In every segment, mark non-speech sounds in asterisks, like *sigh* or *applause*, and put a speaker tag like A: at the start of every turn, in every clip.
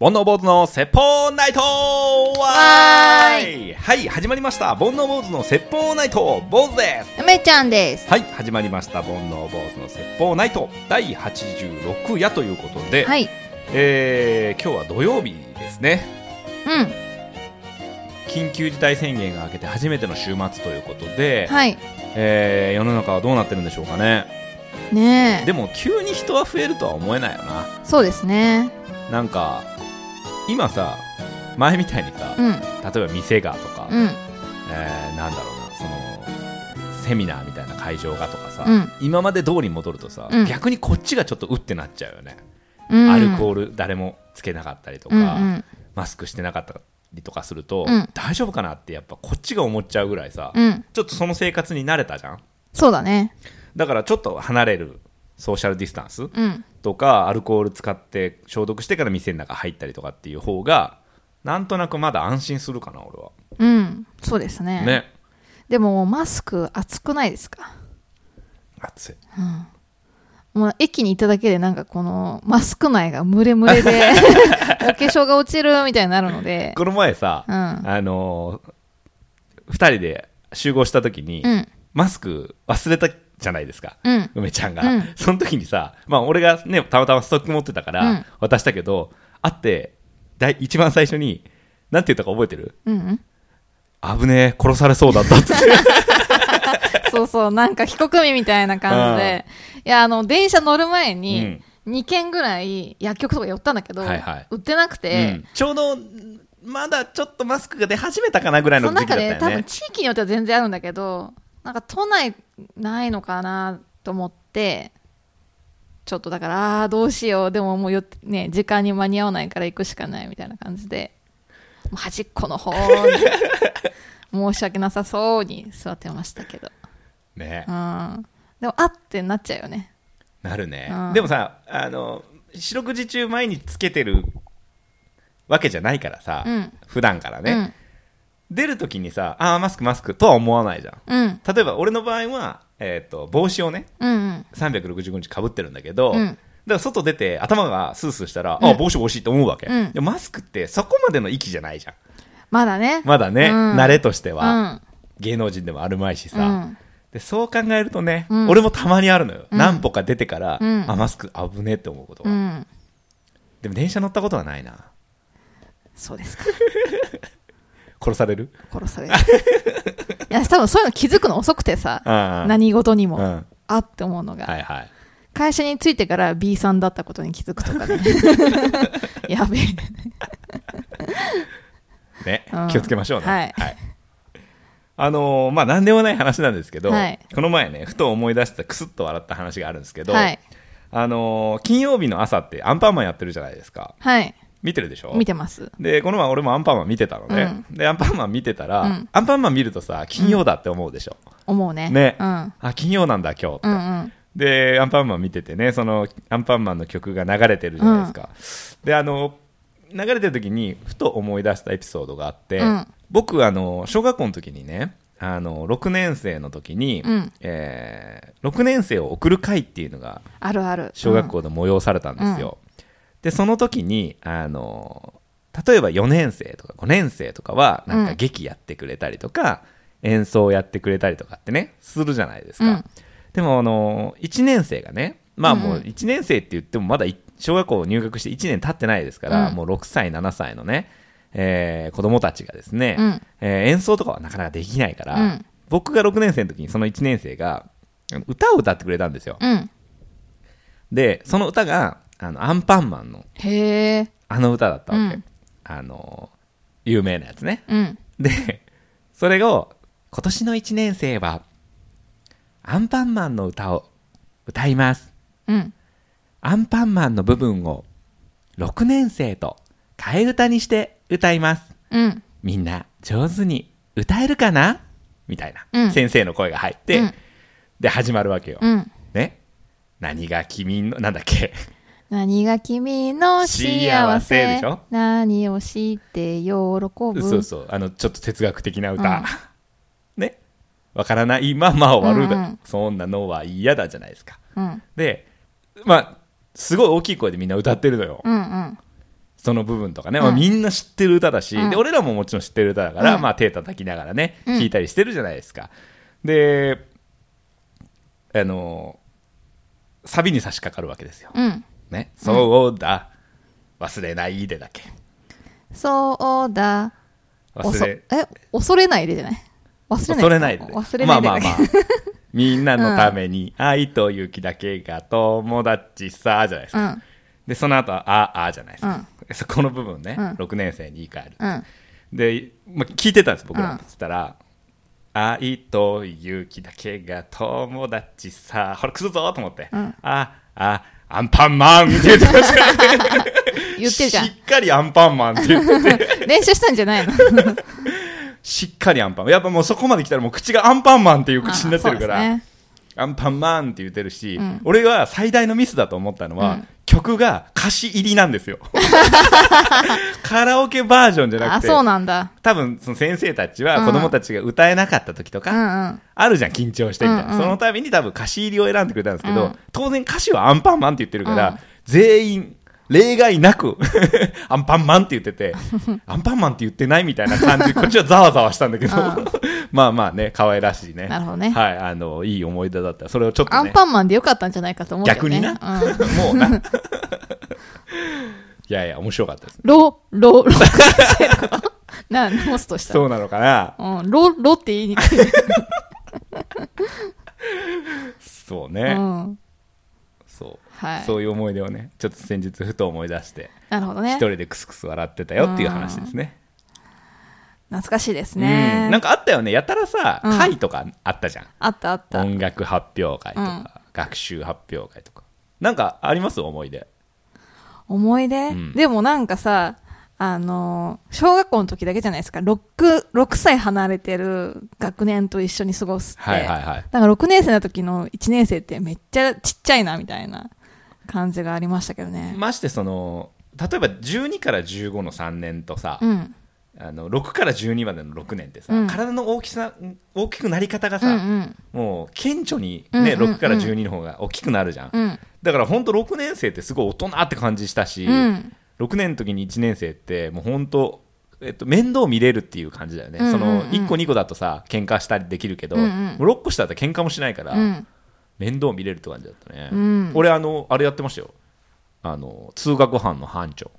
A: 煩悩坊主の説法ナイトわーいはい、始まりました。煩悩坊主の説法ナイト坊主です
B: 梅ちゃんです。
A: はい、始まりました。煩悩坊主の説法ナイト第86夜ということで、
B: はい。
A: えー、今日は土曜日ですね。
B: うん。
A: 緊急事態宣言が明けて初めての週末ということで、
B: はい。
A: えー、世の中はどうなってるんでしょうかね。
B: ねえ。
A: でも、急に人は増えるとは思えないよな。
B: そうですね。
A: なんか、今さ、前みたいにさ、
B: うん。
A: 例えば店がとか、
B: うん。
A: えーなんだろうなそのセミナーみたいな会場がとかさ、
B: うん
A: 今まで通りに戻るとさ、
B: うん
A: 逆にこっちがちょっとうってなっちゃうよね、
B: うん。
A: アルコ
B: ール
A: ール誰もつけなかったりと
B: と
A: か、
B: うん
A: マスクしてなかったりとかすると、
B: うん
A: 大丈夫かなってやっぱこっちが思っちゃうぐらいさ、
B: うん。うん。
A: ちょっとその生活に慣れたじゃん
B: そうだね。
A: だからちょっと離れるソーシャルディスタンス
B: うん。
A: とかアルコール使って消毒してから店の中入ったりとかっていう方がなんとなくまだ安心するかな俺は、
B: うん。そうですね。
A: ね
B: でも、マスク熱くないですか
A: 暑い
B: もう駅に行っただけでなんかこのマスク内がムレムレでお化粧が落ちるみたいになるので
A: この前さ、
B: うん
A: あのー、2人で集合した時に、
B: うん
A: マスク忘れたじゃないですか、
B: うん
A: 梅ちゃんが、
B: うん
A: その時にさ、まあ、俺がねたまたまストック持ってたか
B: うん
A: ら渡したけど、会ってだい一番最初になんて言ったか覚えてる
B: うんうん
A: 危ねえ殺されそうだった
B: *laughs*
A: って言って
B: そうそうなんか非国民みたいな感じでいやあの電車乗る前に2軒ぐらい薬局とか寄ったんだけど、
A: はいはい
B: 売ってなくて、
A: うんちょうどまだちょっとマスクが出始めたかなぐらい
B: そ
A: の
B: の
A: 時期だ
B: 中
A: ったよ
B: で
A: ね
B: 多分地域によっては全然あるんだけどなんか都内ないのかなと思ってちょっとだからああーどうしようでももうよ、ね、時間に間に合わないから行くしかないみたいな感じでもう端っこの方に
A: *laughs*
B: 申し訳なさそうに座ってましたけど、
A: ね
B: うん、でもあってなっちゃうよね
A: なるね、
B: うん
A: でもさあの四六時中毎日つけてるわけじゃないからさ、
B: うん
A: 普段からね、出るときにさあーマスクマスクとは思わないじゃん
B: うんうん
A: 例えば俺の場合は、えー、と帽子をね
B: うんうん
A: 365日かぶってるんだけど、
B: うん
A: だから外出て頭がスースーしたら、
B: うん
A: あ帽子帽子って思うわけ、
B: うん
A: でもマスクってそこまでの域じゃないじゃん
B: まだね
A: まだね、
B: うん
A: 慣れとしては、
B: うん
A: 芸能人でもあるまいしさ、
B: うん
A: でそう考えるとね、
B: うん
A: 俺もたまにあるのよ、何歩か出てから、
B: うん
A: あマスク危ねえって思うことが、
B: うん
A: でも電車乗ったことはないな
B: そうですか
A: 殺される
B: 殺される *laughs* いや多分そういうの気づくの遅くてさ
A: ああ
B: 何事にも、
A: うん
B: あって思うのが、
A: はいはい
B: 会社に着いてから B さんだったことに気づくと
A: *laughs*
B: かねやべえ
A: ね
B: うん
A: 気をつけましょうね
B: はい
A: あのーまあ何でもない話なんですけど、
B: はい
A: この前ねふと思い出したクスッと笑った話があるんですけど、
B: はい
A: あのー金曜日の朝ってアンパンマンやってるじゃないですか
B: はい
A: 見てるでしょ
B: 見てます
A: でこの前俺もアンパンマン見てたのね、でアンパンマン見てたら、
B: うん
A: アンパンマン見るとさ金曜だって思うでしょ、
B: 思うね
A: ね、
B: うん、うん
A: あ金曜なんだ今日って、
B: うん
A: でアンパンマン見ててねそのアンパンマンの曲が流れてるじゃないですか、であの流れてる時にふと思い出したエピソードがあって、
B: うん
A: 僕あの小学校の時にねあの6年生の時に、
B: うん
A: えー6年生を送る会っていうのが
B: あるある
A: 小学校で催されたんですよ、でその時にあの例えば4年生とか5年生とかはなんか劇やってくれたりとか、演奏やってくれたりとかってねするじゃないですか、
B: うん
A: でもあの1年生がねまあもう
B: うん
A: 1年生って言ってもまだい小学校入学して1年経ってないですから、
B: うん
A: もう6歳7歳のね、えー子供たちがですね、
B: うん
A: えー演奏とかはなかなかできないから、
B: うん
A: 僕が6年生の時にその1年生が歌を歌ってくれたんですよ、
B: うん、うん、
A: でその歌があのアンパンマンの
B: へえ
A: あの歌だったわけ、
B: うん
A: あの有名なやつね
B: うん
A: でそれを今年の1年生はアンパンマンの歌を歌います
B: うん
A: アンパンマンの部分を6年生と替え歌にして歌います
B: うん
A: みんな上手に歌えるかなみたいな、
B: うん
A: 先生の声が入って、
B: うん
A: で始まるわけよ、
B: うん
A: ね何が君のなんだっけ
B: 何が君の幸せ
A: 幸せでしょ
B: 何を知って喜ぶ
A: そうそうあのちょっと哲学的な歌、ねわからないまま終わるだ、
B: うんうん
A: そんなのは嫌だじゃないですか
B: うん
A: でまあすごい大きい声でみんな歌ってるのよ、
B: うんうん
A: その部分とかね、
B: うん
A: まあ、みんな知ってる歌だし、
B: うん
A: で俺らももちろん知ってる歌だから、
B: うん
A: まあ、手叩きながらね
B: うん
A: 聴いたりしてるじゃないですか、であのサビに差し掛かるわけですよ、
B: うん。
A: ね、そうだ忘れないでだっけ
B: そうだ。お
A: 忘
B: そ
A: れ
B: え、恐れないでじゃない忘れない
A: 恐れないで
B: 忘れないで。
A: まあまあまあ
B: *laughs*
A: みんなのために愛と雪だけが友達さじゃないですか、
B: あ。
A: でその後はああじゃないですか、そこの部分ね、
B: うん
A: 6年生に言い換える
B: うん。うん。
A: で、まあ、聞いてたんです僕ら、
B: うん
A: そしたら「愛と勇気だけが友達さほら来るぞ」と思って「
B: うん
A: ああアンパンマン」って言ってま
B: *laughs*
A: した
B: 言ってるじゃ
A: しっかりアンパンマンって言
B: *laughs*
A: ってて
B: ん。練習したんじゃないの
A: *laughs* しっかりアンパンマンやっぱもうそこまで来たらもう口がアンパンマンっていう口になってるから、
B: あそうですね
A: アンパンマンって言ってるし、
B: うん
A: 俺が最大のミスだと思ったのは、
B: うん
A: 曲が歌詞入りなんです
B: *laughs*
A: よカラオケバージョンじゃな
B: あ、
A: くて
B: そうなんだ。
A: 多分その先生たちは
B: うん
A: 子供たちが歌えなかった時と
B: う
A: か、
B: んうん。
A: あるじゃん緊張してみたいな、
B: うんうん
A: そのために多分歌詞入りを選んでくれたんですけど、
B: うん
A: 当然歌詞はアンパンマンって言ってるから、
B: うん
A: 全員例外なく *laughs* アンパンマンって言っててアンパンマンって言ってないみたいな感じでこっちはざわざわしたんだけど、
B: うん
A: *laughs* まあまあね可愛らしいね
B: なるほどね
A: はいあのいい思い出だったそれをちょっ
B: ア
A: とね
B: ンパンマンでよかったんじゃないかと思うけど
A: 逆
B: ね。
A: にな、
B: うん。
A: もうな *laughs* いやいや面白かったです
B: ロ、ロ、 *laughs* ロ、な、モスとした
A: そうなのかな
B: ら。うん。ロ、ロって言い
A: *laughs*
B: にくい。
A: そう
B: う
A: ね、
B: ん。
A: そう
B: はい。
A: そういう思い出をねちょっと先日ふと思い出して
B: なるほど
A: 一
B: ね。
A: 人でクスクス笑ってたよっていう話ですね。
B: 懐かしいです
A: うんなん
B: ね。
A: かあったよねやたらさ、
B: うん
A: 会とかあったじゃん
B: あったあった。
A: 音楽発表会とか、学習発表会とかなんかあります思い出
B: 思い出、
A: うん
B: でもなんかさ、あのー小学校の時だけじゃないですか6、6歳離れてる学年と一緒に過ごすって。
A: はいはいはい
B: だから6年生の時の1年生ってめっちゃちっちゃいなみたいな感じがありましたけどね。
A: ましてその例えば12から15の3年とさ、
B: うん。
A: あの6から12までの6年ってさ、
B: うん
A: 体の大きさ大きくなり方が
B: う
A: さ、
B: んうん。
A: もう顕著に、
B: うんうん
A: ね
B: うん
A: 6から12の方が大きくなるじゃん、
B: うん。
A: だから本当6年生ってすごい大人って感じしたし、
B: うん。
A: 6年の時に1年生ってもう本当、えっと、面倒見れるっていう感じだよね、
B: うんうんうん
A: その1個2個だとさ喧嘩したりできるけど、
B: うんうん
A: もう6個下だったら喧嘩もしないから、
B: うん。
A: 面倒見れるって感じだったね、
B: うん
A: 俺あのあれやってましたよあの通学班の班長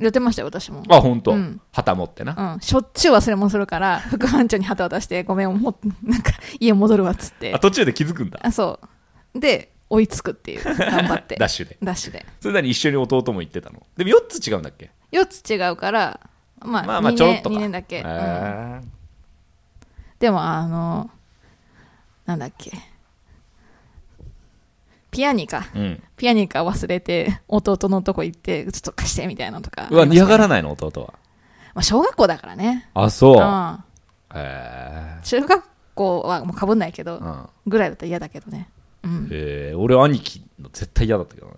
B: やってましたよ、私も。
A: あ本当、
B: うん
A: 旗持ってな、
B: うん。しょっちゅう忘れ物するから、副班長に旗渡して、ごめん、もう、 *laughs* なんか、家戻るわっつって
A: あ。途中で気づくんだ
B: あ、そう。で、追いつくっていう。頑張
A: *laughs*
B: って。
A: ダッシュで
B: ダッシュで。
A: それなりに一緒に弟も行ってたのでも4つ違うんだっけ
B: 4つ違うから、まあ、
A: まあまあ
B: 2
A: ちょろ
B: 年
A: っとか
B: 二年だけ、
A: へ
B: うん
A: ー
B: でも、あの、なんだっけ。ピアニカ。
A: うん、
B: ピアニカ忘れて、弟のとこ行って、ちょっと貸してみたいなのとか。
A: うわ嫌が
B: ら。
A: らないの弟は
B: まあ、小学校だからね。。
A: あそううんへえ
B: 中学校はもうかぶんないけど、
A: うん
B: ぐらいだったら嫌だけどね。うん。
A: えー、俺兄貴の絶対嫌だったけどね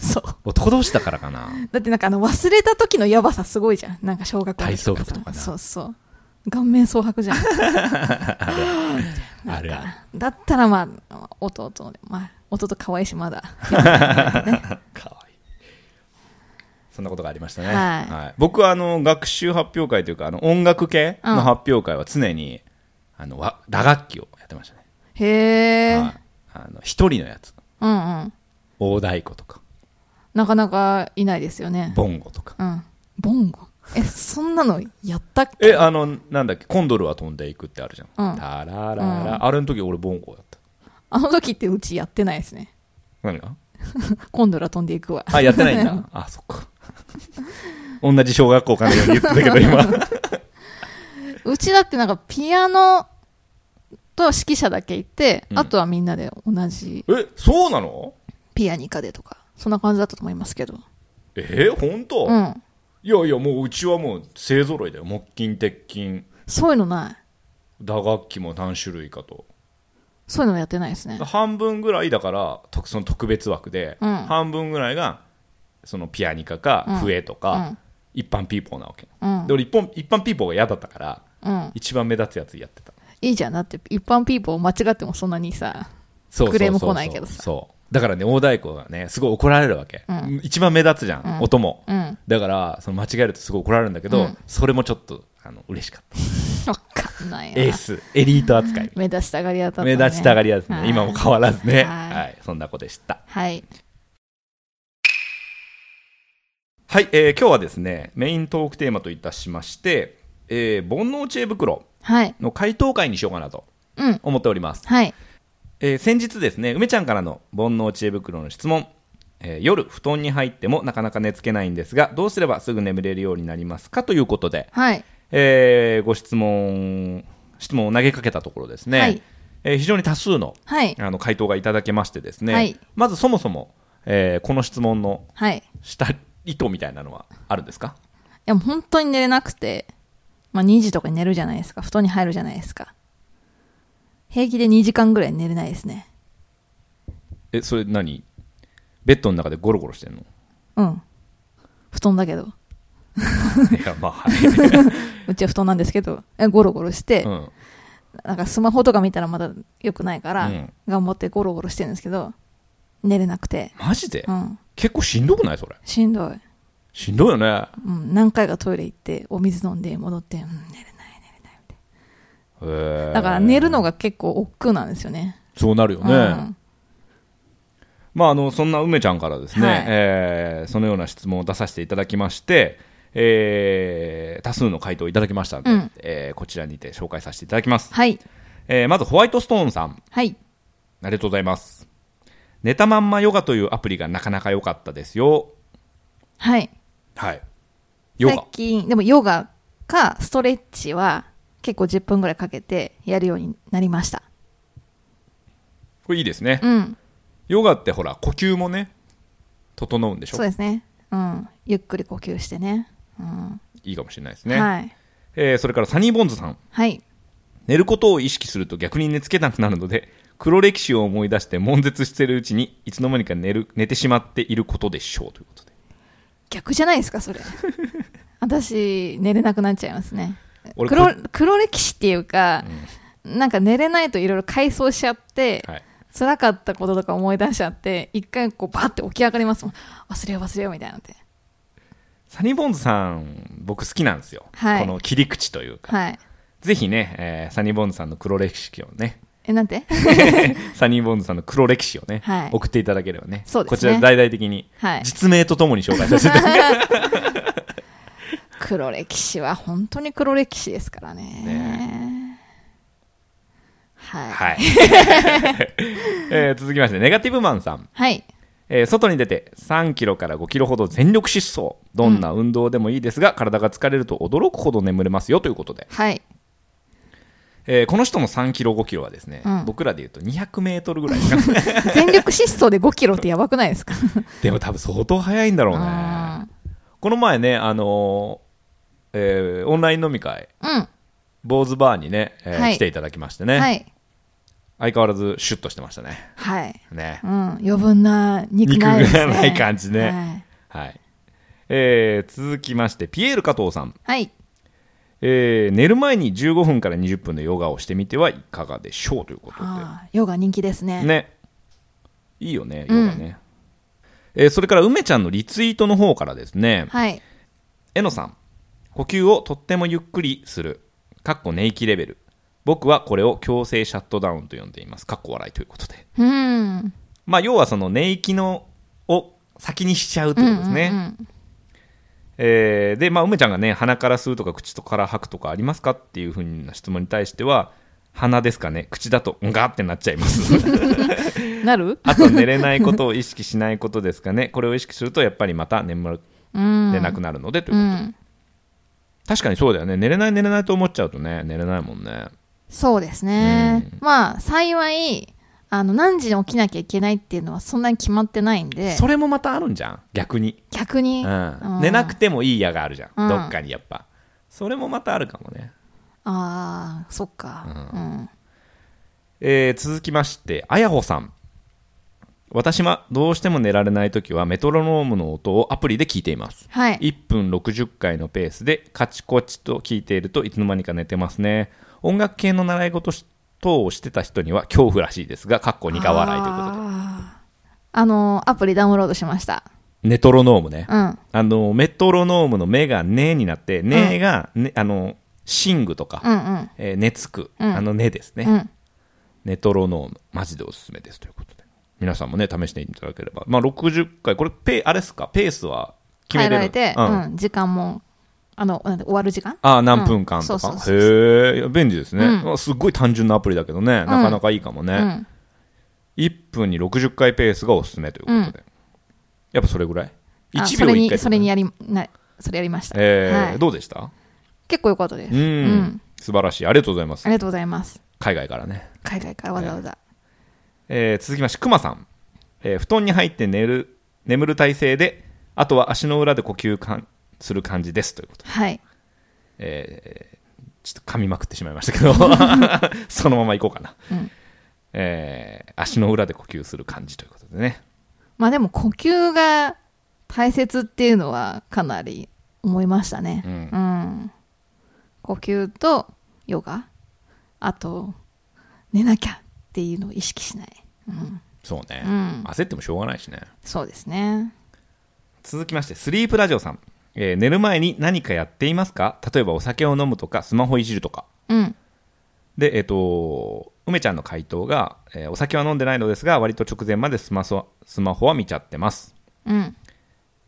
B: そう。
A: 男同士だからかな
B: だ *laughs* ってなんかあの忘れた時のやばさすごいじゃん。なんか小学校の時さ
A: 体操服とかな
B: そうそう。顔面蒼白じゃん。
A: ある
B: なん
A: あ
B: かだったらまあ、弟で、まあ、弟可愛いしまだ。 *laughs*
A: かわいいそんなことがありましたね、
B: はい
A: 僕はあの学習発表会というかあの音楽系の発表会は常に、あのわ打楽器をやってましたね
B: へ
A: 一、
B: え
A: は。いあの一人のやつ
B: うんうん。
A: 大太鼓とか
B: なかなかいないですよね。
A: ボンゴとか
B: うん。ボンゴ。え、そんなのやったっけ
A: えあのなんだっけコンドルは飛んでいくってあるじゃん、
B: うん
A: タラララ、あれの時俺ボンゴやった
B: あの時ってうちやってないですね。
A: 何が
B: 今度ら飛んでいくわ。
A: あやって
B: *laughs*
A: ないんだあそっか同じ小学校からように言ってたけど今
B: *laughs* うちだってなんかピアノと指揮者だけいて、
A: うん
B: あとはみんなで同じ
A: えそうなの
B: ピアニカでとか、そんな感じだったと思いますけど。
A: えー、本当、
B: うん。
A: いやいやもううちはもう勢ぞろいだよ木琴鉄琴
B: そういうのない。
A: 打楽器も何種類かと
B: そういうのやってないですね。
A: 半分ぐらいだからとその特別枠で、
B: うん
A: 半分ぐらいがそのピアニカか笛と
B: う
A: か、
B: ん。
A: 一般ピーポーなわけ、
B: うん
A: で。俺一本一般ピーポーが嫌だったから
B: うん。
A: 一番目立つやつやってた
B: いいじゃん。だって一般ピーポー間違ってもそんなにさ、
A: そうそうそうそう
B: クレーム来ないけどさ
A: そうだからね大太鼓がねすごい怒られるわけ、
B: うん
A: 一番目立つじゃん、
B: うん
A: 音も、
B: うん
A: だからその間違えるとすごい怒られるんだけど、
B: うん
A: それもちょっとあの嬉しかった
B: わかんないな
A: エースエリート扱い
B: 目立ちたがり屋だった
A: 目
B: ね
A: 立ちたがり屋ですね、
B: はい
A: 今も変わらずね
B: はい
A: はい、そんな子でした
B: はい
A: はい、えー今日はですねメイントークテーマといたしまして、えー煩悩知恵袋
B: はい
A: の回答会にしようかなと
B: うん
A: 思っております、
B: はい
A: えー先日ですね梅ちゃんからの煩悩知恵袋の質問、えー夜布団に入ってもなかなか寝つけないんですがどうすればすぐ眠れるようになりますかということで、
B: はい
A: えーご質問質問を投げかけたところですね、
B: はい
A: えー非常に多数の
B: はい
A: あの回答がいただけましてですね、
B: はい
A: まずそもそも、えーこの質問の
B: はいい
A: した意図みたいなのはあるんですか
B: やもう本当に寝れなくて、まあ、2時とかに寝るじゃないですか布団に入るじゃないですか平気で2時間ぐらい寝れないですね
A: えそれ何ベッドの中でゴロゴロしてん
B: *laughs*
A: の
B: うん布団だけど
A: いやまあはい、
B: うちは布団なんですけどえゴロゴロして、
A: うん、
B: なんかスマホとか見たらまだ良くないから、
A: うん
B: 頑張ってゴロゴロしてるんですけど寝れなくて
A: マジで、
B: うん
A: 結構しんどくないそれ
B: しんどい、
A: しんどいよね
B: うん、何回かトイレ行ってお水飲んで戻って、うん、寝れない
A: へー
B: だから寝るのが結構億劫なんですよね。
A: そうなるよね、
B: うん
A: まあ、あのそんな梅ちゃんからですね、
B: はい
A: えーそのような質問を出させていただきまして、えー多数の回答をいただきましたので、
B: うん
A: えーこちらにて紹介させていただきます、
B: はい。
A: えーまずホワイトストーンさん
B: はい。
A: ありがとうございます寝たまんまヨガというアプリがなかなか良かったですよ
B: はい。
A: はいヨガ
B: 最近、でもヨガかストレッチは結構10分ぐらいかけてやるようになりました。
A: これいいですね、
B: うん。
A: ヨガってほら呼吸もね整うんでしょ
B: そうですね。うん。ゆっくり呼吸してね。うん。
A: いいかもしれないですね、
B: はい。
A: えーそれからサニーボンズさん
B: はい。
A: 寝ることを意識すると逆に寝つけなくなるので *laughs* 黒歴史を思い出して悶絶してるうちにいつの間にか寝る寝てしまっていることでしょうということで
B: 逆じゃないですか、そ
A: *laughs*
B: れ。私、寝れなくなっちゃいますね。
A: 俺
B: 黒
A: こ、
B: 黒歴史っていうか、なんか寝れないといろいろ回想しちゃって、
A: はい、
B: 辛かったこととか思い出しちゃって一回こうバッて起き上がりますもん忘れよう忘れようみたいなって
A: サニーボンズさん僕好きなんですよ、
B: はい
A: この切り口というか、
B: はい
A: ぜひね、えーサニーボンズさんの黒歴史を
B: *laughs*
A: ね *laughs*
B: えなんて
A: サニーボンズさんの黒歴史をね、
B: はい
A: 送っていただければね
B: そうです
A: こ
B: ね
A: ちら大々的に
B: はい
A: 実名とともに紹介させていただきます
B: 黒歴史は本当に黒歴史ですからねはいは
A: は
B: い、
A: い。 *laughs* えー続きまして、ネガティブマンさん。えー外に出て3キロから5キロほど全力疾走。どんな運動でもいいですが、体が疲れると驚くほど眠れますよということで。
B: はい
A: えーこの人の3キロ、5キロはですね、
B: うん
A: 僕らで言うと200メートルぐらいですかね
B: *laughs* 全力疾走で5キロってやばくないですか *laughs*
A: でも多分相当速いんだろうね。
B: あ
A: この前ね、あのーえーオンライン飲み会、
B: ーうん
A: 坊主バーにね、えー
B: はい
A: 来ていただきましてね、
B: はい
A: 相変わらずシュッとしてましたね。
B: はい
A: ね
B: う。ん余分な肉ないです、ね、
A: 肉がない感じね
B: はい
A: はい。えー続きまして、ピエール加藤さん。
B: はい、
A: えー寝る前に15分から20分のヨガをしてみてはいかがでしょうということ
B: あーヨガ人気です
A: で、
B: ね
A: ね、いいよね、ヨガね、えーそれから梅ちゃんのリツイートの方からですね、
B: はい
A: えのさん、呼吸をとってもゆっくりする、かっこ寝息レベル、僕はこれを強制シャットダウンと呼んでいます、かっこ笑いということで、
B: うん
A: まあ、要はその寝息のを先にしちゃうということですね。
B: うんうんうん
A: えーで、まあ、梅ちゃんがね、鼻から吸うとか、口から吐くとかありますかっていうふうな質問に対しては、鼻ですかね、口だと、ガーってなっちゃいます。
B: *laughs* なる
A: あと、寝れないことを意識しないことですかね、これを意識すると、やっぱりまた眠
B: うん
A: れなくなるので、といううん確かにそうだよね、寝れない、寝れないと思っちゃうとね、寝れないもんね。
B: そうですね、まあ幸いあの何時に起きなきゃいけないっていうのはそんなに決まってないんで
A: それもまたあるんじゃん、逆に。
B: 逆に、
A: うん
B: う、ん
A: 寝なくてもいい矢があるじゃん、
B: うん
A: どっかにやっぱ。それもまたあるかもね。
B: ああそっかうん、
A: えー続きまして、あやほさん。私はどうしても寝られないときはメトロノームの音をアプリで聞いています。
B: はい
A: 1分60回のペースでカチコチと聞いているといつの間にか寝てますね。音楽系の習い事し等をしてた人には恐怖らしいですが、かっこ苦笑いということで。
B: あーあのアプリダウンロードしました
A: ネトロノームね。
B: うん
A: あの、メトロノームの目がねになって、ねが、ね、あの、シングとか、
B: うんうん
A: えー、ねつく、
B: うん
A: あのねですね、
B: うん
A: ネトロノーム、マジでおすすめですということで、皆さんもね、試していただければ、まあ、60回、これペ、あれですか、ペースは決
B: 変
A: め
B: え
A: てる
B: られて、
A: う、
B: うんん、時間も、あの、なんて終わる時間
A: ああ、何分間とか、
B: うんそうそうそう
A: へえ、便利ですね、
B: うん
A: あすっごい単純なアプリだけどね、なかなかいいかもね、
B: うん。
A: 1分に60回ペースがおすすめということで、やっぱそれぐらい、1
B: あ
A: 秒1回
B: それに、それに
A: や
B: やり、な、それやりました。
A: えー
B: はい
A: どうでした
B: 結構良かったです。
A: うん、
B: うん。
A: 素晴らしい、ありがとうございます
B: あ、りがとうございます。
A: 海外からね。
B: 海外からわざわざ。
A: えー続きまして、くまさん、えー布団に入って寝る眠る体勢で、あとは足の裏で呼吸かんする感じですということ、
B: はい。
A: えーちょっと噛みまくってしまいました *laughs* けど、そのままいこうかな、
B: うん
A: えー足の裏で呼吸する感じということでね、
B: まあでも、呼吸が大切っていうのは、かなり思いましたね
A: う。ん
B: うん。呼吸とヨガ。あと、寝なきゃっていうのを意識しない。うん。
A: そうね、
B: うん
A: 焦ってもしょうがないしね。
B: そうですね。
A: 続きまして、スリープラジオさん、えー寝る前に何かやっていますか例えばお酒を飲むとか、スマホいじるとか。
B: うん。
A: で、えっ、と、梅ちゃんの回答が、えーお酒は飲んでないのですが、割と直前までスマソスマホは見ちゃってます。
B: うん。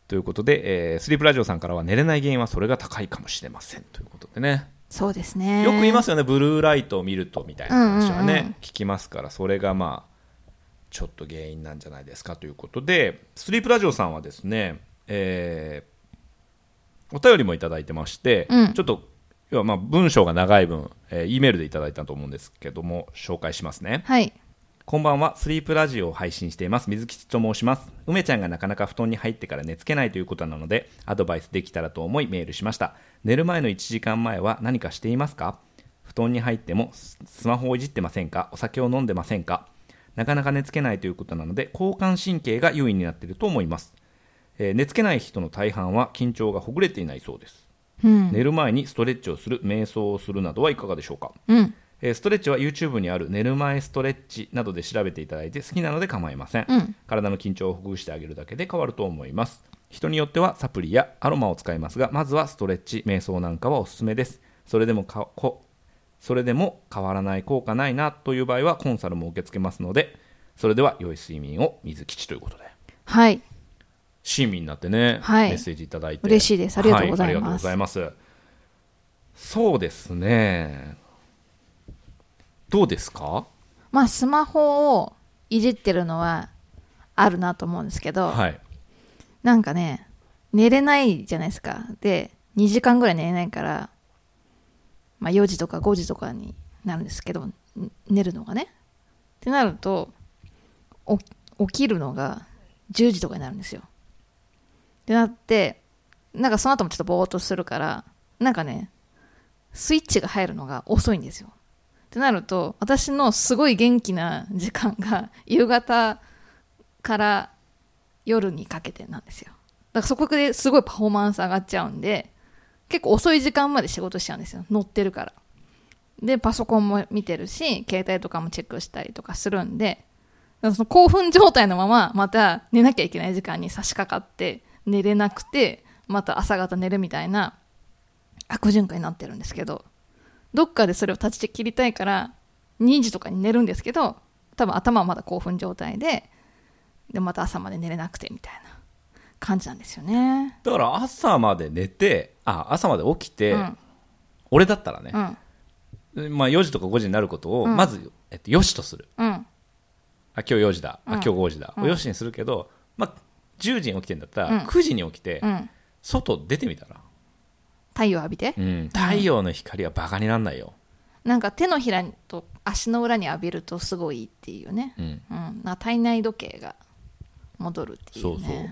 A: ということで、えースリープラジオさんからは、寝れない原因はそれが高いかもしれませんということでね。
B: そうですね。。
A: よく言いますすよね、ブルーライトを見るとみたいな話はね、
B: うんうんうん
A: 聞きますから、それがまあ、ちょっと原因なんじゃないですかということで、スリープラジオさんはですね、えーお便りもいただいてまして、
B: うん
A: ちょっと、要はまあ文章が長い分、えー、E メールでいただいたと思うんですけども、紹介しますね。
B: はい。
A: こんばんは、スリープラジオを配信しています。水吉と申します。梅ちゃんがなかなか布団に入ってから寝つけないということなので、アドバイスできたらと思いメールしました。寝る前の1時間前は何かしていますか布団に入ってもススマホをいじってませんかお酒を飲んでませんかなかなか寝つけないということなので、交感神経が優位になっていると思います。えー寝つけない人の大半は緊張がほぐれていないそうです。
B: うん。
A: 寝る前にストレッチをする、瞑想をするなどはいかがでしょうか
B: うん。
A: えーストレッチは YouTube にある寝る前ストレッチなどで調べていただいて好きなので構いません、
B: うん
A: 体の緊張をほぐしてあげるだけで変わると思います人によってはサプリやアロマを使いますがまずはストレッチ瞑想なんかはおすすめですそれでもかこそれでも変わらない効果ないなという場合はコンサルも受け付けますのでそれでは良い睡眠を水吉ということで
B: はい。
A: 親身になってね、
B: はい
A: メッセージいただいて
B: 嬉しいですありがとうございま
A: はありが
B: す
A: とうございますそうですねどうですか
B: まあ、スマホをいじってるのはあるなと思うんですけど、
A: はい
B: なんかね、寝れないじゃないですか。で、2時間ぐらい寝れないから、まあ、4時とか5時とかになるんですけど、ん寝るのがね。ってなると、お起きるのが10時とかになるんですよ。ってなって、なんかその後もちょっとぼーっとするから、なんかね、スイッチが入るのが遅いんですよ。ってなると、私のすごい元気な時間が夕方から夜にかけてなんですよだからそこですごいパフォーマンス上がっちゃうんで結構遅い時間まで仕事しちゃうんですよ乗ってるからでパソコンも見てるし携帯とかもチェックしたりとかするんでだからその興奮状態のまままた寝なきゃいけない時間に差し掛かって寝れなくてまた朝方寝るみたいな悪循環になってるんですけどどっかでそれを断ち切りたいから2時とかに寝るんですけど多分頭はまだ興奮状態ででまた朝まで寝れなくてみたいな感じなんですよね。
A: だから朝まで寝てあ朝まで起きて、
B: うん
A: 俺だったらね
B: う、ん
A: まあ、4時とか5時になることを
B: うん
A: まず、えっと、よしとする
B: うん
A: あ今日4時だ、あ
B: う
A: 今
B: ん
A: 日5時だ、よしにするけど、まあ、10時に起きてんだったら、
B: うん
A: 9時に起きて、
B: うん
A: 外出てみたら、
B: 太陽浴びて、
A: うん、太陽の光はバカになんないよ、
B: なんか手のひらと足の裏に浴びるとすごいいいっていうね、
A: うん、
B: うん、なんか体内時計が戻るっていう
A: そ
B: ね
A: うそう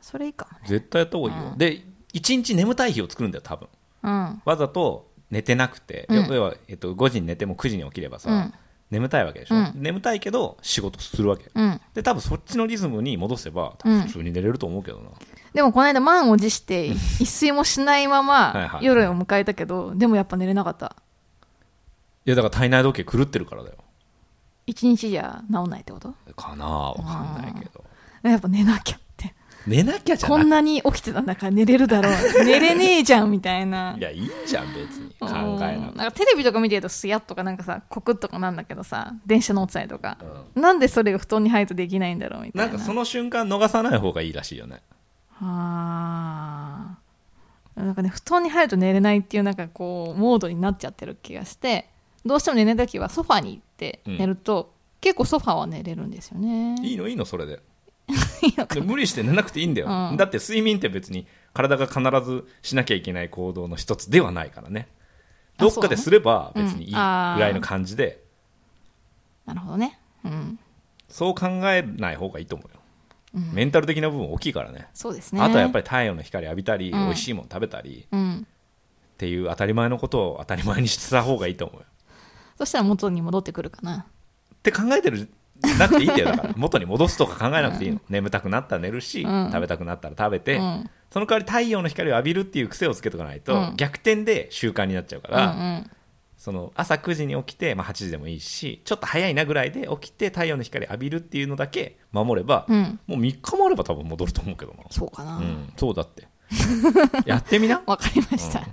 B: それいいかもね
A: 絶対やった方がいいよ、で一日眠たい日を作るんだよ多分
B: うん
A: わざと寝てなくて、
B: うん
A: 要は、えっと、5時に寝ても9時に起きればさ、
B: うん
A: 眠たいわけでしょ、
B: うん
A: 眠たいけど仕事するわけ
B: うん
A: で多分そっちのリズムに戻せば多
B: う
A: 分
B: ん
A: 普通に寝れると思うけどな、
B: でもこの間満を持して一睡もしないま
A: *laughs*
B: ま
A: はいはい
B: 夜を迎えたけどでもやっぱ寝れなかった
A: いやだから体内時計狂ってるからだよ
B: 一日じゃ治んないってこと
A: かなあわかんないけど
B: やっぱ寝なきゃって
A: 寝なきゃじゃ
B: こん
A: な
B: なに起きてたんだから寝れるだろう寝れねえじゃんみたいない
A: いやいいじゃん別に考えな
B: う
A: く
B: ん
A: て
B: なんかテレビとか見てるとすやっとかなんかさコクッとかなんだけどさ電車乗ってたりとか、なんでそれが布団に入るとできないんだろうみた
A: ないん
B: な
A: かその瞬間逃さない方がいいらしいよね
B: あーなんかね布団に入ると寝れないっていうなんかこうモードになっちゃってる気がしてどうしても寝ない時はソファに行って寝ると、結構ソファは寝れるんですよね
A: いいのいいのそれで
B: いいのか
A: で無理して寝なくていいんだよ、
B: うん
A: だって睡眠って別に体が必ずしなきゃいけない行動の一つではないからね
B: あ
A: どっ
B: そう
A: か
B: なの
A: ですれば別にいいぐ
B: うんあー
A: らいの感じで、
B: なるほどねうん
A: そう考えない方がいいと思うよ、メンタル的な部分大きいからね
B: そうですね
A: あとはやっぱ
B: り
A: り太陽の光浴びたり、
B: うん
A: 美味しいもの食べたり
B: うん
A: っていう当たり前のことを当たり前にしてた方がいいと思うよ
B: そしたら元に戻ってくるかな
A: って考えてるなくていいんだよだから元に戻すとか考えなくていいの、眠たくなったら寝るし、
B: うん
A: 食べたくなったら食べて、
B: うん
A: その代わり太陽の光を浴びるっていう癖をつけとかないと、
B: うん
A: 逆転で習慣になっちゃうか
B: うんう
A: ら、
B: ん
A: その朝9時に起きて、まあ、8時でもいいしちょっと早いなぐらいで起きて太陽の光浴びるっていうのだけ守れば、
B: うん
A: もう3日もあれば多分戻ると思うけどな
B: そうかな、
A: うん、そうだってやってみな
B: わかりました、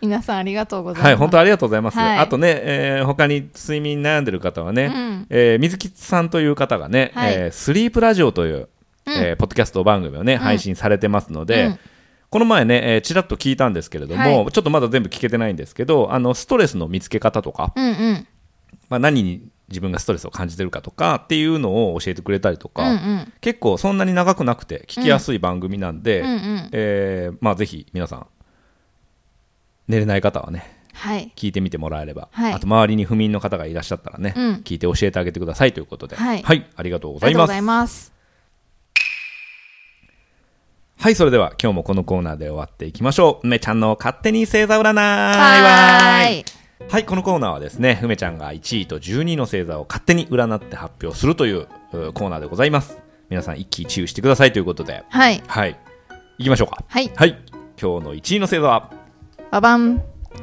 B: 皆 *laughs* さんありがとうございます
A: はい、本当ありがとうございます。
B: はい
A: あとね、えー他に睡眠に悩んでる方はね、
B: うん
A: えー水木さんという方がね、
B: はい
A: えースリープラジオという、
B: うん
A: えーポッドキャスト番組をね、配信されてますので、
B: うん
A: この前ね、えーちらっと聞いたんですけれども、
B: は
A: ちょっとまだ全部聞けてないんですけど、あの、ストレスの見つけ方とか、
B: うんうん
A: まあ、何に自分がストレスを感じてるかとかっていうのを教えてくれたりとか、
B: うんうん
A: 結構そんなに長くなくて聞きやすい番組なんで、
B: うんうん
A: えーまあぜひ皆さん寝れない方はね
B: はい
A: 聞いてみてもらえれば、
B: はい
A: あと周りに不眠の方がいらっしゃったらね、
B: うん
A: 聞いて教えてあげてくださいということで、
B: はい
A: ありがとうご
B: あ
A: ざ
B: りが
A: いま
B: とうご
A: す
B: ざいます
A: はいそれでは今日もこのコーナーで終わっていきましょう梅ちゃんの勝手に星座占い
B: バイバイ
A: はいこのコーナーはですね梅ちゃんが1位と12位の星座を勝手に占って発表するといううーコーナーでございます皆さん一喜一憂してくださいということで
B: はい
A: はい行きましょうか
B: はい
A: はい今日の1位の星座は
B: ババン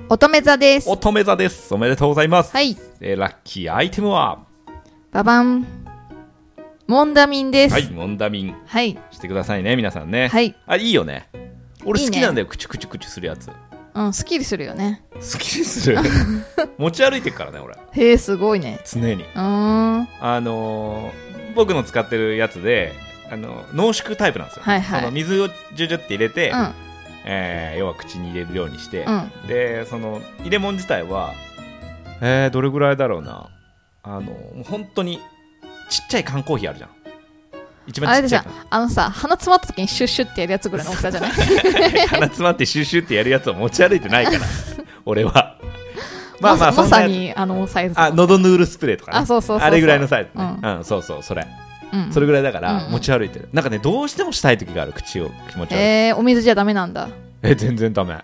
B: 乙女座です
A: 乙女座ですおめでとうございます、
B: はい
A: えーラッキーアイテムは
B: ババンモンダミンです
A: は
B: はい
A: いモンダミン
B: はい、
A: してくださいね皆さんね、あいいよね俺
B: いい
A: 好
B: ね
A: きなんだよクチュクチュクチュするやつ
B: うんスッキリするよね
A: 好きに
B: *laughs*
A: する持ち歩いてるからね俺
B: へえすごいね
A: 常に
B: うーん
A: あのー僕の使ってるやつであの濃縮タイプなんですよ、
B: はいはい
A: その水をジュジュって入れて、
B: うん
A: えー要は口に入れるようにして、
B: うん
A: でその入れ物自体はえーどれぐらいだろうなあのもう本当にちっちゃい缶コーヒーあるじゃん一
B: あれ
A: 番ち
B: で
A: っ
B: し
A: ちゃ
B: ょ
A: い缶
B: あのさ鼻詰まった時にシュッシュってやるやつぐ
A: *laughs*
B: らいの大きさじゃない
A: 鼻詰まってシュッシュってやるやつを持ち歩いてない
B: *laughs*
A: から俺はまあまあそ
B: ま
A: んな
B: さ
A: やつ
B: にあのサイズ
A: あ喉ヌールスプレーとかね
B: あそうそうそうそう
A: あれぐらいのサイズね
B: う
A: うん、そうそうそれ
B: うん
A: それぐらいだから
B: うん
A: 持ち歩いてる、なんかねどうしてもしたい時がある口を気持ち悪いえ
B: へえお水じゃダメなんだ
A: 全然ダメ
B: へ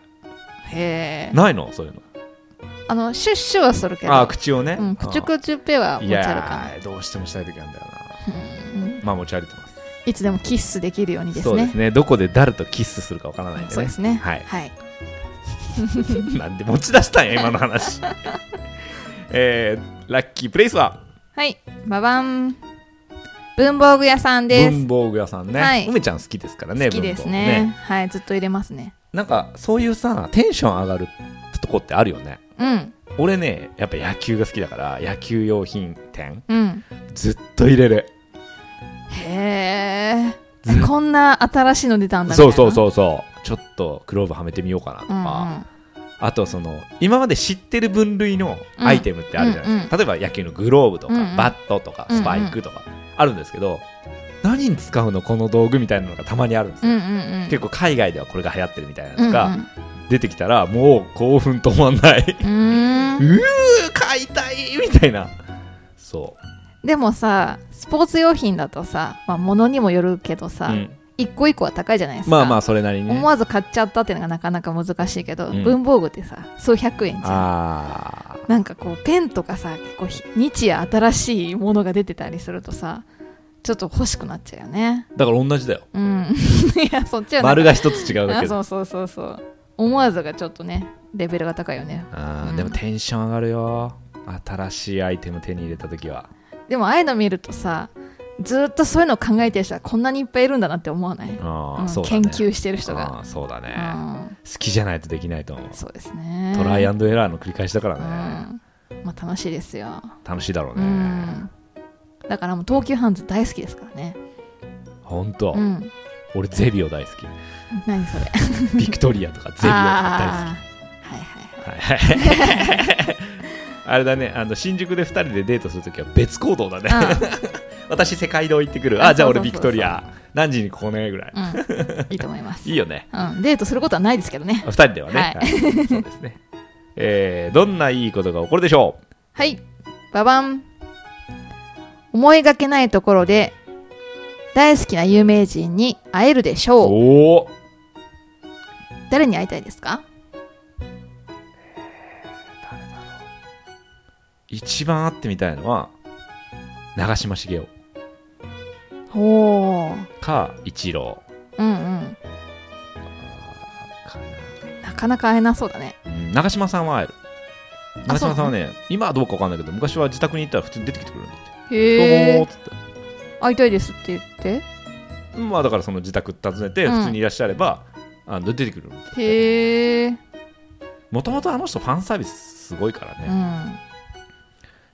B: え
A: ないのそういうの
B: あのシュッシュはするけど
A: あー口をね、
B: うん、くちゅくちゅぺは
A: あー
B: 持
A: い
B: ち歩
A: や
B: か
A: ーどうしてもしたい時なんだよな
B: ない、うん、
A: まあ持ち歩いてます
B: いつでもキッスできるようにですね
A: そうですねどこで誰とキスするかわからないんでね
B: そうですね
A: はい
B: はい、
A: なんで持ち出したんや今の
B: *laughs*
A: 話えー、ラッキープレイスは
B: はい、ババン文房具屋さんです、
A: 文房具屋さんね、
B: はい
A: 梅ちゃん好きですからね
B: 好きですね
A: 文房具
B: はいずっと入れますね
A: なんかそういうさテンション上がるとこってあるよね
B: うん
A: 俺ねやっぱ野球が好きだから野球用品店
B: うん
A: ずっと入れる
B: へ
A: ず
B: えこんな新しいの出たんだみたい
A: そ
B: な
A: うそうそう
B: う
A: そうちょっとクローブはめてみようかなと
B: んうん、
A: か、
B: は
A: あとその今まで知ってる分類のアイテムってあるじゃないですか、例えば野球のグローブとか、
B: うんうん
A: バットとかスパイクとかあるんですけど、何に使うのこの道具みたいなのがたまにあるんです
B: うん
A: よ、
B: うんうん
A: 結構海外ではこれが流行ってるみたいな
B: うんう
A: の
B: ん
A: が出てきたらもう興奮止まんないう
B: うーん
A: ー買いたいみたいなそ
B: でもさスポーツ用品だとさ、まあ、物にもよるけど
A: う、
B: さ、
A: うん、
B: 一個一個は高いじゃないですか
A: まあまあそれなりにね
B: 思わず買っちゃったっていうのがなかなか難しいけど、
A: うん
B: 文房具ってさ数百円じゃん
A: あー
B: なんかこうペンとかさ結構ひ日夜新しいものが出てたりするとさちょっと欲しくなっちゃうよね
A: だから同じだよ
B: うん *laughs* いやそっちはなんか
A: 丸が一つ違うだ
B: あ
A: け
B: そ
A: ど
B: うそうそうそう思わずがちょっとねレベルが高いよね
A: あ
B: う
A: ー
B: ん
A: でもテンション上がるよ新しいアイテム手に入れた時は
B: でもああいうの見るとさずっとそういうのを考えてる人はこんなにいっぱいいるんだなって思わない、
A: あ
B: う
A: あ
B: ん
A: そうだ
B: 研
A: ね
B: 究してる人が、
A: あーそうだね
B: うん
A: 好きじゃないとできないと思う
B: そうですね
A: トライアンドエラーの繰り返しだから
B: うん
A: ね
B: まあ、楽しいですよ、
A: 楽しいだろう
B: う
A: ね
B: んだからもう東急ハンズ大好きですからね
A: 本当
B: うん
A: 俺ゼビオ大好き
B: 何それゼ
A: ビクトリアとかゼビオとか
B: はいは
A: 大好
B: い
A: きはいはいあれだねあの新宿で2人でデートするときは別行動だね
B: はい、
A: 私世界堂行ってくる
B: あ
A: あじゃあ俺
B: そう
A: ビ
B: そ
A: ク
B: うそうそう
A: トリア何時にここねぐらい
B: うんうん、いいと思います
A: いいよね
B: うん、デートすることはないですけどね
A: 2人ではね、
B: はい
A: はいそうですねえーどんないいことが起こるでしょ
B: はい、ババン。思いがけないところで大好きな有名人に会えるでし
A: う
B: ょう。
A: おお
B: 誰に会いたいですか
A: 一番会ってみたいのは長嶋茂雄
B: おー、
A: か一郎
B: うん
A: か
B: うん。なかなか会えなそうだね。
A: な、うん、長嶋さんは会える
B: あ
A: 長嶋さんはね今はどうかわかんないけど昔は自宅に行ったら普通に出てきてくれるんだってどうもー
B: へ
A: っ
B: ー
A: つって
B: 会いたいですって言って。
A: まあだからその自宅訪ねて
B: うん
A: 普通にいらっしゃれば、あの出てくる
B: へえ。
A: もともとあの人ファンサービスすごいからね、
B: うん。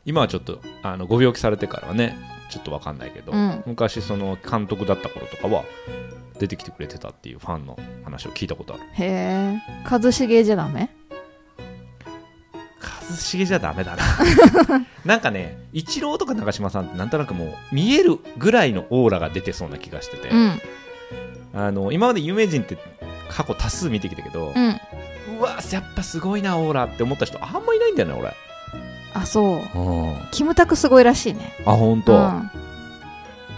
A: 今はちょっとあのご病気されてからはねちょっとわかんないけど、
B: うん
A: 昔その監督だった頃とかは出てきてくれてたっていうファンの話を聞いたことある
B: へえ。一茂じゃダメ
A: 一茂じゃダメだな *laughs* なんかね一郎とか長嶋さんってなんとなくもう見えるぐらいのオーラが出てそうな気がしてて、
B: うん。
A: あの今まで有名人って過去多数見てきたけど
B: う、ん。
A: うわやっぱすごいなオーラって思った人あんまいないんだよね俺
B: あ、そう。
A: うんあ
B: キムタクすごいらしいね。
A: 本
B: う
A: 当、
B: ん、あ、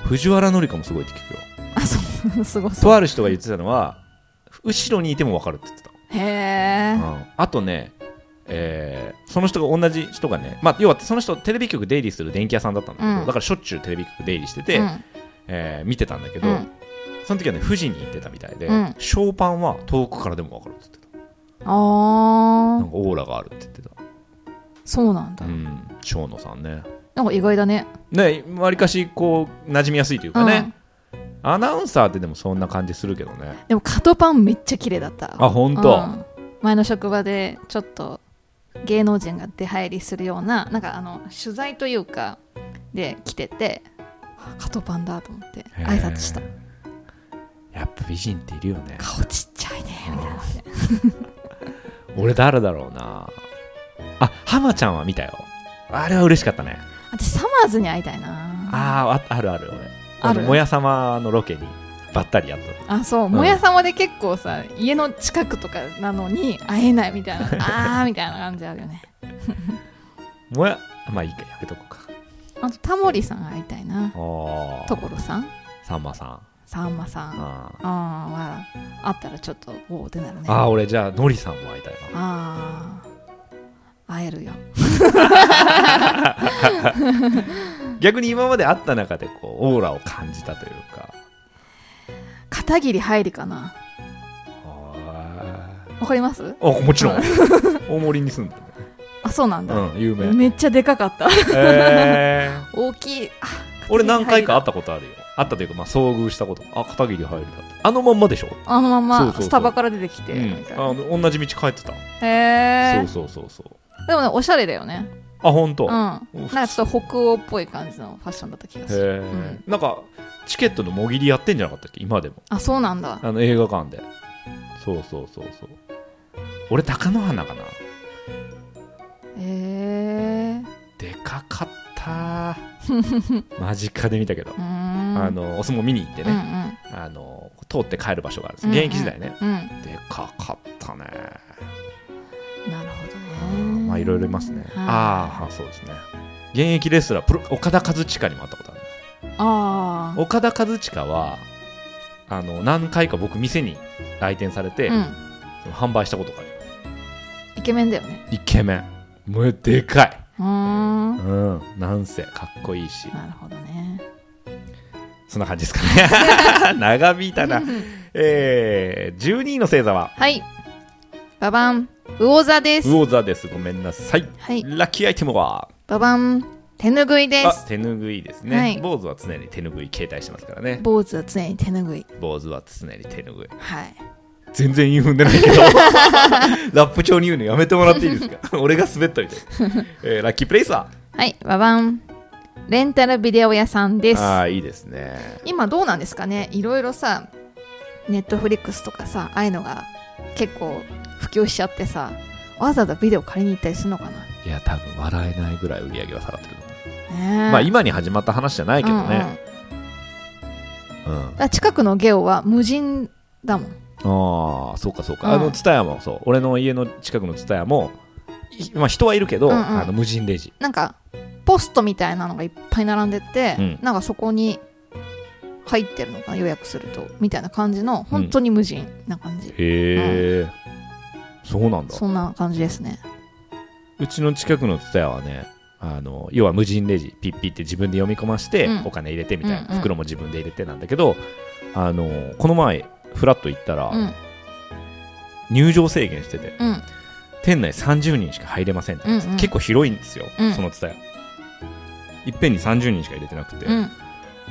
A: 藤原紀香もすごいって聞くよ
B: そう。すごそう。
A: とある人が言ってたのは後ろにいても分かるって言ってた
B: へえ。
A: うんあとね、えーその人が同じ人がね、まあ、要はその人テレビ局出入りする電気屋さんだったんだけど、
B: うん
A: だからしょっちゅうテレビ局出入りしてて、
B: うん
A: えー見てたんだけど、
B: うん
A: その時はね富士に行ってたみたいで、
B: うん
A: ショーパンは遠くからでも分かるって言ってた
B: あ
A: なん
B: ー、
A: かオーラがあるって言ってた
B: そうなんだ
A: う。ん生野さんね
B: なんか意外だね。
A: ねわりかしこう馴染みやすいというかね、アナウンサーってでもそんな感じするけどね
B: うんでもカトパンめっちゃ綺麗だった
A: あ本当、
B: うん前の職場でちょっと芸能人が出入りするようななんかあの取材というかで来ててあカトパンだと思って
A: へー
B: 挨拶した
A: やっぱ美人っているよね
B: 顔ちっちゃいねみたいな
A: 俺誰だろうなあ浜ちゃんは見たよあれは嬉しかったね
B: 私サマーズに会いたいなあ
A: あーああるある俺
B: ある
A: のもやさまのロケにばったりやった
B: そうんもやさまで結構さ家の近くとかなのに会えないみたい
A: *laughs*
B: なあーみたいな感じあるよね
A: もやまあいいかやめとこうか
B: あとタモリさん会いたいな
A: ああ
B: 所さん
A: さんまさん
B: さんまさん
A: あー
B: あーはあったらちょっとおおってなるね
A: あー俺じゃあのりさんも会いたいな
B: ああ会えるよ
A: 逆に今まで会った中でこうオーラを感じたというか
B: 片桐入りかな
A: あ
B: わかります
A: ーあもちろん大森に住んで
B: あそうなん
A: た
B: だ、
A: ねうん有名
B: めっちゃでか
A: *laughs*
B: かった
A: えー
B: 大きいあ
A: 俺何回か会ったことあるよ会ったというか、まあ、遭遇したことあ片桐入りだってあのまんまでしょ、
B: あのまんま
A: そうそうそう
B: スタバから出てきて、
A: う
B: み
A: ん
B: たいな
A: あの同じ道帰ってた、
B: へえ
A: そうそうそうそう
B: でもねおしゃれだよね
A: あ本当、
B: うんなん
A: 普通
B: かちょっと北欧っぽい感じのファッションだった気がする
A: へえ、なんかチケットのもぎりやってんじゃなかったっけ今でも
B: あそうなんだ
A: あの映画館でそうそうそうそう俺貴乃花かな
B: へえ
A: でかかった
B: *laughs*
A: ー間近で見たけど、
B: うーん
A: あのお相撲見に行って
B: うんう
A: ね、
B: ん
A: あの通って帰る場所があるんです
B: うんうん
A: 現役時代ね、
B: うん
A: でかかったね
B: なるほ
A: う
B: どね
A: んまあいろいろいますね。
B: はい
A: ああ、そうですね。現役レスラー、プロ岡田和親にも会ったことある。
B: ああ
A: 岡田和親は、あの、何回か僕、店に来店されて、
B: うん
A: その販売したことがある。
B: イケメンだよね
A: イケメン。もうでかい。
B: うーん
A: うん。なんせ、かっこいいし。
B: なるほどね
A: そんな感じですか
B: *laughs*
A: ね。長引いたな。えー、12位の星座は、
B: はい。ババン、魚座です。
A: 魚座です。ごめんなさい。
B: はい。
A: ラッキーアイテムは、
B: ババン、手ぬぐいで
A: あ
B: す
A: 手ぬぐいですね、
B: はい
A: 坊主は常に手ぬぐい携帯してますからね
B: 坊主は常に手ぬぐい
A: 坊主は常に手ぬぐい
B: はい
A: 全然言うんでないけ *laughs* どラップ調に言うのやめてもらっていいです
B: *laughs*
A: か俺が滑ったみたい、えーラッキープレイスは
B: はいババンレンタルビデオ屋さんです
A: ああいいですね
B: 今どうなんですかねいろいろさネットフリックスとかさああいうのが結構普及しちゃってさわざわざビデオ借りに行ったりするのかな、ね
A: いや多分笑えないぐらい売り上げは下がってると思う
B: え
A: まあ今に始まった話じゃないけど
B: うんうん
A: ね、うん
B: だから近くのゲオは無人だもん
A: ああそうかそうか、
B: うん
A: あの蔦屋もそう俺の家の近くの蔦屋もいまあ人はいるけど、
B: うんうん
A: あの無人レジ
B: なんかポストみたいなのがいっぱい並んでて、
A: うん
B: なんかそこに入ってるのかな予約するとみたいな感じの本当に無人な感じ、
A: へえ、そうなんだ
B: そんな感じですね
A: うちの近くの蔦屋はねあの要は無人レジピッピって自分で読み込まして、
B: うん
A: お金入れてみたいな、
B: うんうん
A: 袋も自分で入れてなんだけどあのこの前フラッと行ったら、
B: うん
A: 入場制限してて
B: うん
A: 店内30人しか入れませんってなってて、
B: うんうん
A: 結構広いんですよ、
B: うん
A: その蔦屋いっぺんに30人しか入れてなくて、
B: うん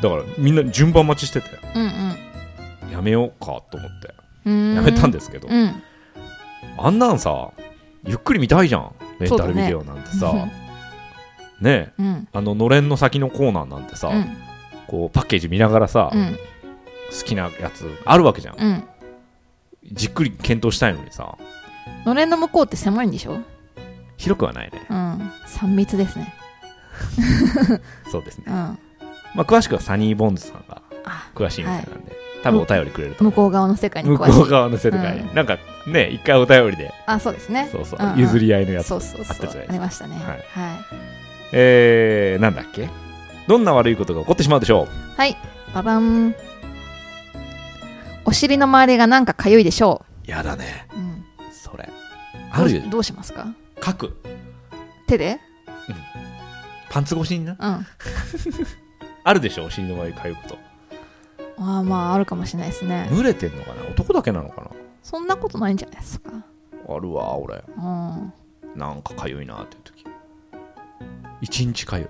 A: だからみんな順番待ちしてて
B: うん
A: やめようかと思って
B: うん
A: やめたん
B: だ
A: ですけど、
B: うん
A: あんなんさゆっくり見たいじゃんレン
B: そう
A: タ
B: だ
A: ル
B: ね
A: ビデオなんてさねえ
B: うん
A: あののれんの先のコーナーなんてさ、
B: うん
A: こうパッケージ見ながらさ、
B: うん
A: 好きなやつあるわけじゃん、
B: うん
A: じっくり検討したいのにさ
B: のれんの向こうって狭いんでしょ
A: 広くはないね
B: うん3密ですね
A: そうですね、
B: うん
A: まあ、詳しくはサニーボンズさんが
B: あ
A: 詳しいみたいなんで、多分お便りくれると
B: 向
A: 思う
B: こう側の世界に
A: 向
B: 詳しい
A: こう側の世界、
B: う
A: なんかね一回お便りで
B: あそうですね
A: そうそう、
B: うんうん
A: 譲り合いのやつ
B: そうそう
A: あったじゃ
B: そ
A: ないうです
B: あ
A: か
B: りましたね
A: はい
B: はい
A: えー、なんだっけどんな悪いことが起こってしまうでしょう
B: はい、ババン。お尻の周りがなんか痒いでしょ
A: やだね
B: う。うん、
A: それあるよ
B: どうどうしますか
A: 書く
B: 手で
A: パンツ越しにな
B: うん。あ
A: あるでしょお尻の周りかゆくと
B: あ、まあ、あるかもしれないですね。
A: 濡れてんのかな男だけなのか
B: そんなことないんじゃないですか。
A: なあるわ俺
B: うん。
A: なんかかゆいなっていう時一日
B: *laughs*
A: かゆい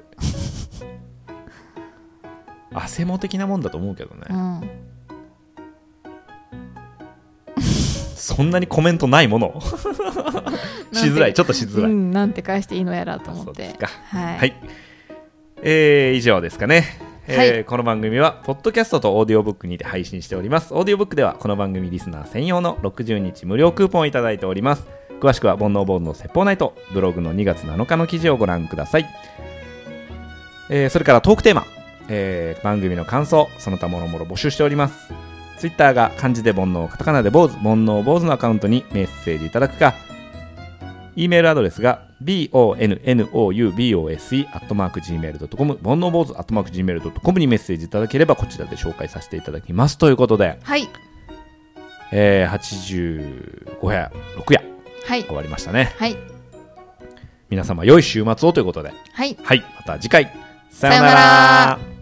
A: 汗も的なもんだと思うけどね、
B: うん。
A: そんなにコメントないも
B: *laughs*
A: のしづらいちょっとしづ
B: う
A: らい、
B: ん、なんて返していいのやらと
A: そ
B: 思
A: う
B: っ
A: です
B: て。
A: か
B: はい。
A: はい、えー以上ですかね、えー
B: は
A: この番組はポッドキャストとオーディオブックにて配信しておりますオーディオブックではこの番組リスナー専用の60日無料クーポンをいただいております詳しくは煩悩ボードの説法ナイトブログの2月7日の記事をご覧ください、えーそれからトークテーマ、えー番組の感想その他もろもろ募集しておりますツイッターが漢字で煩悩カタカナで坊主煩悩坊主のアカウントにメッセージいただくか E メールアドレスが bonoubose.gmail.com 煩悩坊主 .gmail.com にメッセージいただければこちらで紹介させていただきますということで、
B: はい。
A: えー、85夜6夜
B: はい。
A: 終わりましたね
B: はい。
A: 皆様良い週末をということで
B: はい。
A: はいまた次回さ
B: さようなら